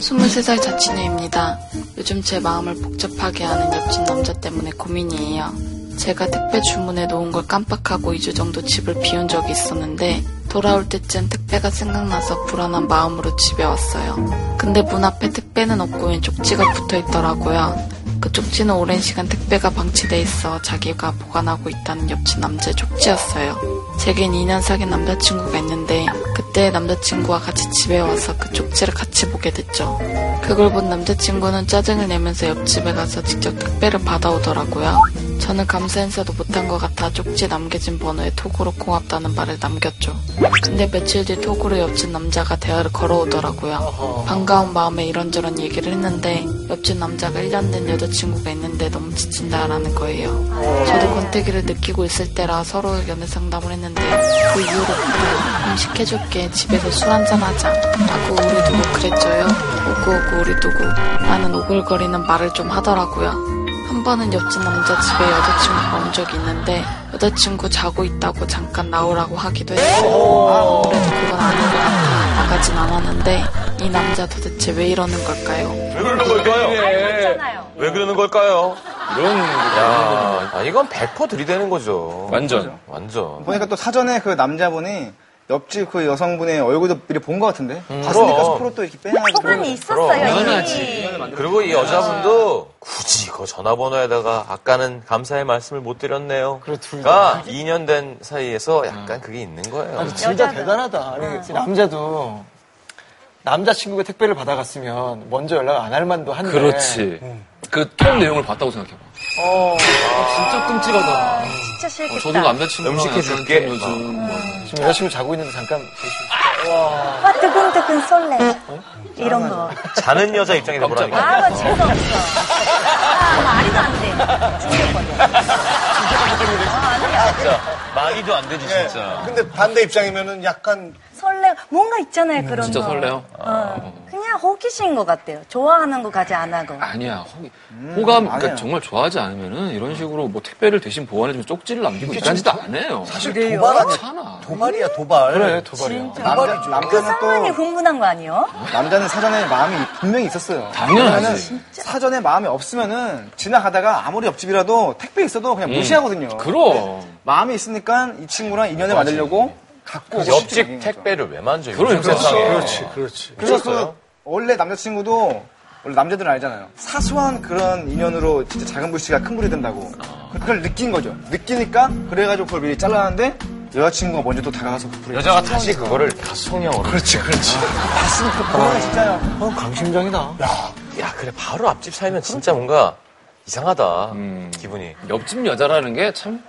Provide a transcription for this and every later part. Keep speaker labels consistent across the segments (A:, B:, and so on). A: 23살 자취녀입니다. 요즘 제 마음을 복잡하게 하는 옆집 남자 때문에 고민이에요. 제가 택배 주문해 놓은 걸 깜빡하고 2주 정도 집을 비운 적이 있었는데 돌아올 때쯤 택배가 생각나서 불안한 마음으로 집에 왔어요. 근데 문 앞에 택배는 없고 웬 쪽지가 붙어 있더라고요. 그 쪽지는 오랜 시간 택배가 방치돼 있어 자기가 보관하고 있다는 옆집 남자의 쪽지였어요. 제겐 2년 사귄 남자친구가 있는데 그때 남자친구와 같이 집에 와서 그 쪽지를 같이 보게 됐죠. 그걸 본 남자친구는 짜증을 내면서 옆집에 가서 직접 택배를 받아오더라고요. 저는 감사 인사도 못한 것 같아 쪽지 남겨진 번호에 톡으로 고맙다는 말을 남겼죠. 근데 며칠 뒤 톡으로 옆집 남자가 대화를 걸어오더라고요. 반가운 마음에 이런저런 얘기를 했는데 옆집 남자가 1년 된 여자친구가 있는데 너무 지친다라는 거예요. 저도 권태기를 느끼고 있을 때라 서로 의견을 상담을 했는데 그 이후로 그냥 음식해줄게 집에서 술 한잔 하자 라고 우리 두고 그랬죠요 오고 오고 우리 두고 나는 오글거리는 말을 좀 하더라고요 한 번은 옆집 남자 집에 여자친구가 온 적이 있는데 여자친구 자고 있다고 잠깐 나오라고 하기도 했어요 아무래도 그건 아닌 것 같아 나가진 않았는데 이 남자 도대체 왜 이러는 걸까요
B: 왜 그러는 걸까요?
C: 있잖아요.
B: 왜 그러는 걸까요?
D: 이런
B: 야, 아, 이건 100% 들이대는 거죠.
D: 어, 완전
B: 완전.
E: 보니까 또 사전에 그 남자분이 옆집 그 여성분의 얼굴도 미리 본 것 같은데 봤으니까
B: 그럼.
E: 스프로 또 이렇게 빼놔가지고
C: 소감이
B: 그럼.
C: 있었어요. 이미.
B: 그리고 이 여자분도 굳이 그 전화번호에다가 아까는 감사의 말씀을 못 드렸네요. 가 2년 된 사이에서 약간 그게 있는 거예요. 음.
F: 둘 다
C: 여자도. 어.
F: 대단하다. 아니, 남자도 남자친구가 택배를 받아갔으면 먼저 연락 안 할 만도 한데.
D: 그렇지. 그 통 내용을 봤다고 생각해봐.
F: 어,
D: 진짜 끔찍하다.
C: 진짜 싫겠다.
D: 어, 저도 남자친구랑
B: 음식 해줄게. 어.
D: 연애하는 요즘 뭐
F: 지금 여자친구 자고 있는데 잠깐.
C: 아, 뜨끈뜨끈 설레. 이런 거.
B: 자는 여자 입장에서 보라니까.
C: 아, 재수 없어. 아, 말이도 안 돼. 충격받아.
B: 진짜 말이도 안 되지 진짜.
G: 근데 반대 입장이면은 약간
C: 설레. 뭔가 있잖아요, 그런
D: 진짜
C: 거.
D: 설레요?
C: 어. 그냥 호기심인 것 같아요. 좋아하는 거까지 안 하고.
D: 아니야. 호, 호감, 그러니까
E: 아니에요.
D: 정말 좋아하지 않으면은 이런 식으로 뭐 택배를 대신 보완해주면 쪽지를 남기고 이딴 짓도 안 해요.
G: 사실 도발 아니야?
D: 괜찮아. 음.
G: 도발이야 도발.
F: 그래, 도발이야.
E: 남자,
C: 그
E: 남자는
C: 상황이
E: 또
C: 흥분한 거 아니에요?
E: 남자는 사전에 마음이 분명히 있었어요
D: 당연하지.
E: 왜냐면은 사전에 마음이 없으면은 지나가다가 아무리 옆집이라도 택배 있어도 그냥 무시하거든요
D: 음.
E: 네.
D: 그럼.
E: 마음이 있으니까 이 친구랑 인연을 만들려고 갖고 오고 싶은 얘기인
B: 옆집
E: 거죠.
B: 택배를 왜 만져?
D: 그럼
B: 요즘
D: 그렇지.
B: 세상에.
G: 아, 그렇지 그렇지.
E: 그래서 그 원래 남자친구도 원래 남자들은 알잖아요. 사소한 그런 인연으로 진짜 작은 불씨가 큰 불이 된다고. 그걸 느낀 거죠. 느끼니까 그래가지고 그걸 미리 잘랐는데 여자친구가 먼저 또 다가가서 그 불을
B: 여자가 다시 그거를 가성형으로.
G: 그렇지 그렇지.
E: 그거는 진짜요.
F: 어, 강심장이다.
B: 야 그래 바로 앞집 살면 진짜 뭔가 이상하다
D: 음.
B: 기분이.
D: 옆집 여자라는 게 참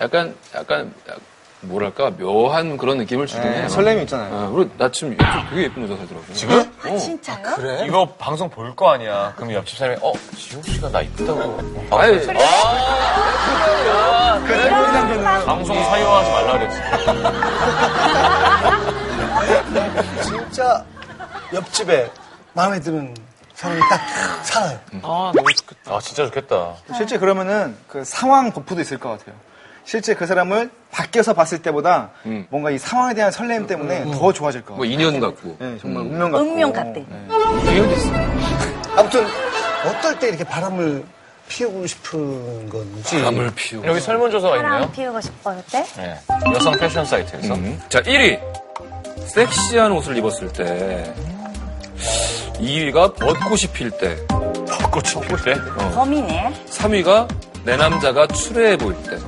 D: 약간, 약간, 약- 뭐랄까, 묘한 그런 느낌을 주긴 해요.
E: 설렘이 있잖아요.
D: 아, 그리고 나 지금 옆집 되게 예쁜 여자 살더라고.
B: 지금?
C: 아, 진짜요?
G: 네?
F: 그래?
B: 이거 방송 볼 거 아니야. 그럼 옆집 사람이 어 지용 씨가 나 이쁘다고. 아,
D: 아니,
B: 방송 사유화하지 말라 그랬지.
G: 진짜 옆집에 마음에 드는 사람이 딱 살아요.
F: 아, 너무 좋겠다.
B: 음. 아 진짜 좋겠다.
E: 실제 그러면은 그 상황 버프도 있을 것 같아요. 실제 그 사람을 밖에서 봤을 때보다
D: 음.
E: 뭔가 이 상황에 대한 설렘 때문에 더 좋아질 것
D: 뭐
E: 같아요.
D: 인연 같고.
E: 네, 정말 운명 같고. 네.
C: 운명 같대.
G: 아무튼 어떨 때 이렇게 바람을 피우고 싶은 건지.
D: 바람을 피우고.
B: 여기 설문조사가
C: 사랑
B: 있네요.
C: 피우고 싶어요, 때?
B: 네. 여성 패션 사이트에서.
D: 음. 자, 1위. 섹시한 옷을 입었을 때. 2위가 벚꽃이 필 때.
B: 벚꽃이 필 때?
C: 범이네.
D: 3위가 내 남자가 추레해 보일 때.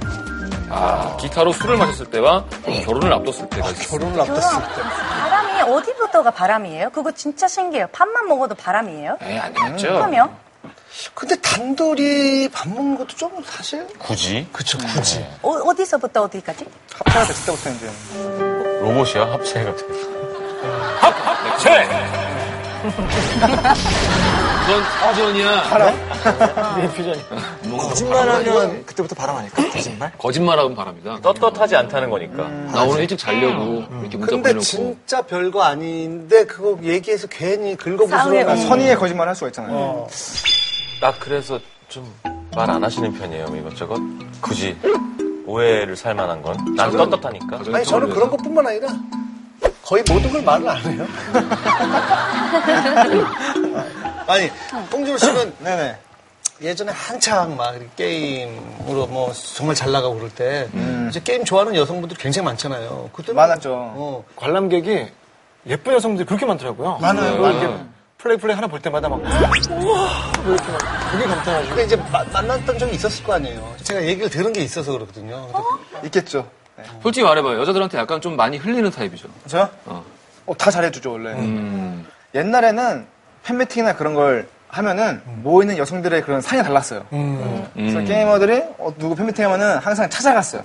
D: 아, 기타로 술을 마셨을 때와 결혼을 앞뒀을 때가 있어.
G: 결혼을 앞뒀을
C: 결혼.
G: 때.
C: 바람이 어디부터가 바람이에요? 그거 진짜 신기해요. 밥만 먹어도 바람이에요?
D: 에이, 네, 아니겠죠.
C: 그러면?
G: 근데 단둘이 밥 먹는 것도 좀 사실
B: 굳이?
G: 그쵸 굳이.
C: 어, 어디서부터 어디까지?
E: 합차가 됐을 때부터 이제
C: 음.
B: 로봇이야? 합체 같은 거.
D: 네. 그건 사전이야. 네?
F: 거짓말하면 그때부터 아, 바람 아닐까? 거짓말?
D: 거짓말하면 바랍니다.
B: 떳떳하지 않다는 거니까.
D: 나 오늘 일찍 자려고 이렇게 문자
G: 근데
D: 보내놓고.
G: 진짜 별거 아닌데 그거 얘기해서 괜히
F: 아,
C: 싸우게 음.
G: 긁어부스러워.
E: 그러니까 선의의 거짓말을 할 수가 있잖아요.
C: 어.
B: 나 그래서 좀 말 안 하시는 편이에요, 이것저것. 굳이. 오해를 살 만한 건. 난
D: 저는-
B: 떳떳하니까.
D: 저는
G: 아니 저는 그런 것뿐만 아니라 거의 모든 걸 말을 안 해요. 아니, 뽕준 씨는
E: 네네.
G: 예전에 한창 막 이렇게 게임으로 뭐 정말 잘 나가고 그럴 때 이제 게임 좋아하는 여성분들 굉장히 많잖아요. 그때
E: 많았죠.
G: 어,
F: 관람객이 예쁜 여성분들이 그렇게 많더라고요.
G: 많아요.
F: 그리고 이렇게 플레이 플레이 하나 볼 때마다 막 우와 이렇게 막 되게 감탄하시고
G: 그러니까 이제 마- 만났던 적이 있었을 거 아니에요. 제가 얘기를 들은 게 있어서 그렇거든요. 근데
E: 있겠죠.
D: 솔직히 말해봐요. 여자들한테 약간 좀 많이 흘리는 타입이죠.
E: 저요?
D: 어.
E: 어, 다 잘해주죠, 원래. 옛날에는 팬미팅이나 그런 걸 하면은 모이는 여성들의 그런 상이 달랐어요. 음. 그래서 게이머들이 어, 누구 팬미팅 하면은 항상 찾아갔어요.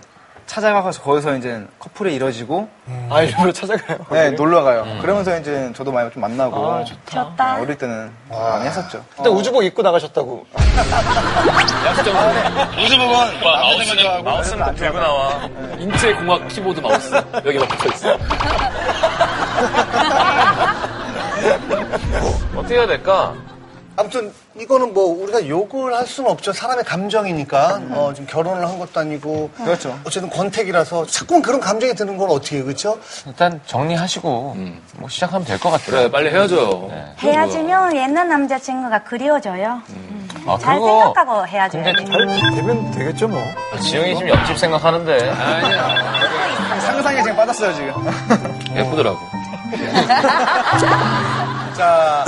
E: 찾아가서 거기서 이제 커플이 이뤄지고
F: 아 일부러 찾아가요.
E: 네, 놀러 가요. 그러면서 이제 저도 많이 좀 만나고 아,
C: 좋다.
E: 어릴 때는 많이 했었죠.
F: 그때 우주복 입고 나가셨다고.
E: 우주복은
D: 마우스는 꼭 들고 나와. 인체 공학 키보드 마우스. 여기 막 붙어있어.
B: 어떻게 해야 될까?
G: 아무튼 이거는 뭐 우리가 욕을 할 수는 없죠. 사람의 감정이니까 어, 지금 결혼을 한 것도 아니고
E: 그렇죠.
G: 어쨌든 권태기라서 자꾸 그런 감정이 드는 건 어떻게 해요, 그렇죠?
H: 일단 정리하시고
F: 음.
H: 뭐 시작하면 될 것 같아요.
D: 그래, 빨리 헤어져요.
C: 네. 헤어지면 옛날 남자친구가 그리워져요.
H: 아,
C: 잘
H: 그거
C: 생각하고 헤어져요.
H: 근데
F: 잘 되면 되겠죠 뭐.
H: 지영이 지금 옆집 생각하는데
E: 아, 상상에 지금 빠졌어요, 지금.
D: 예쁘더라고.
E: 자,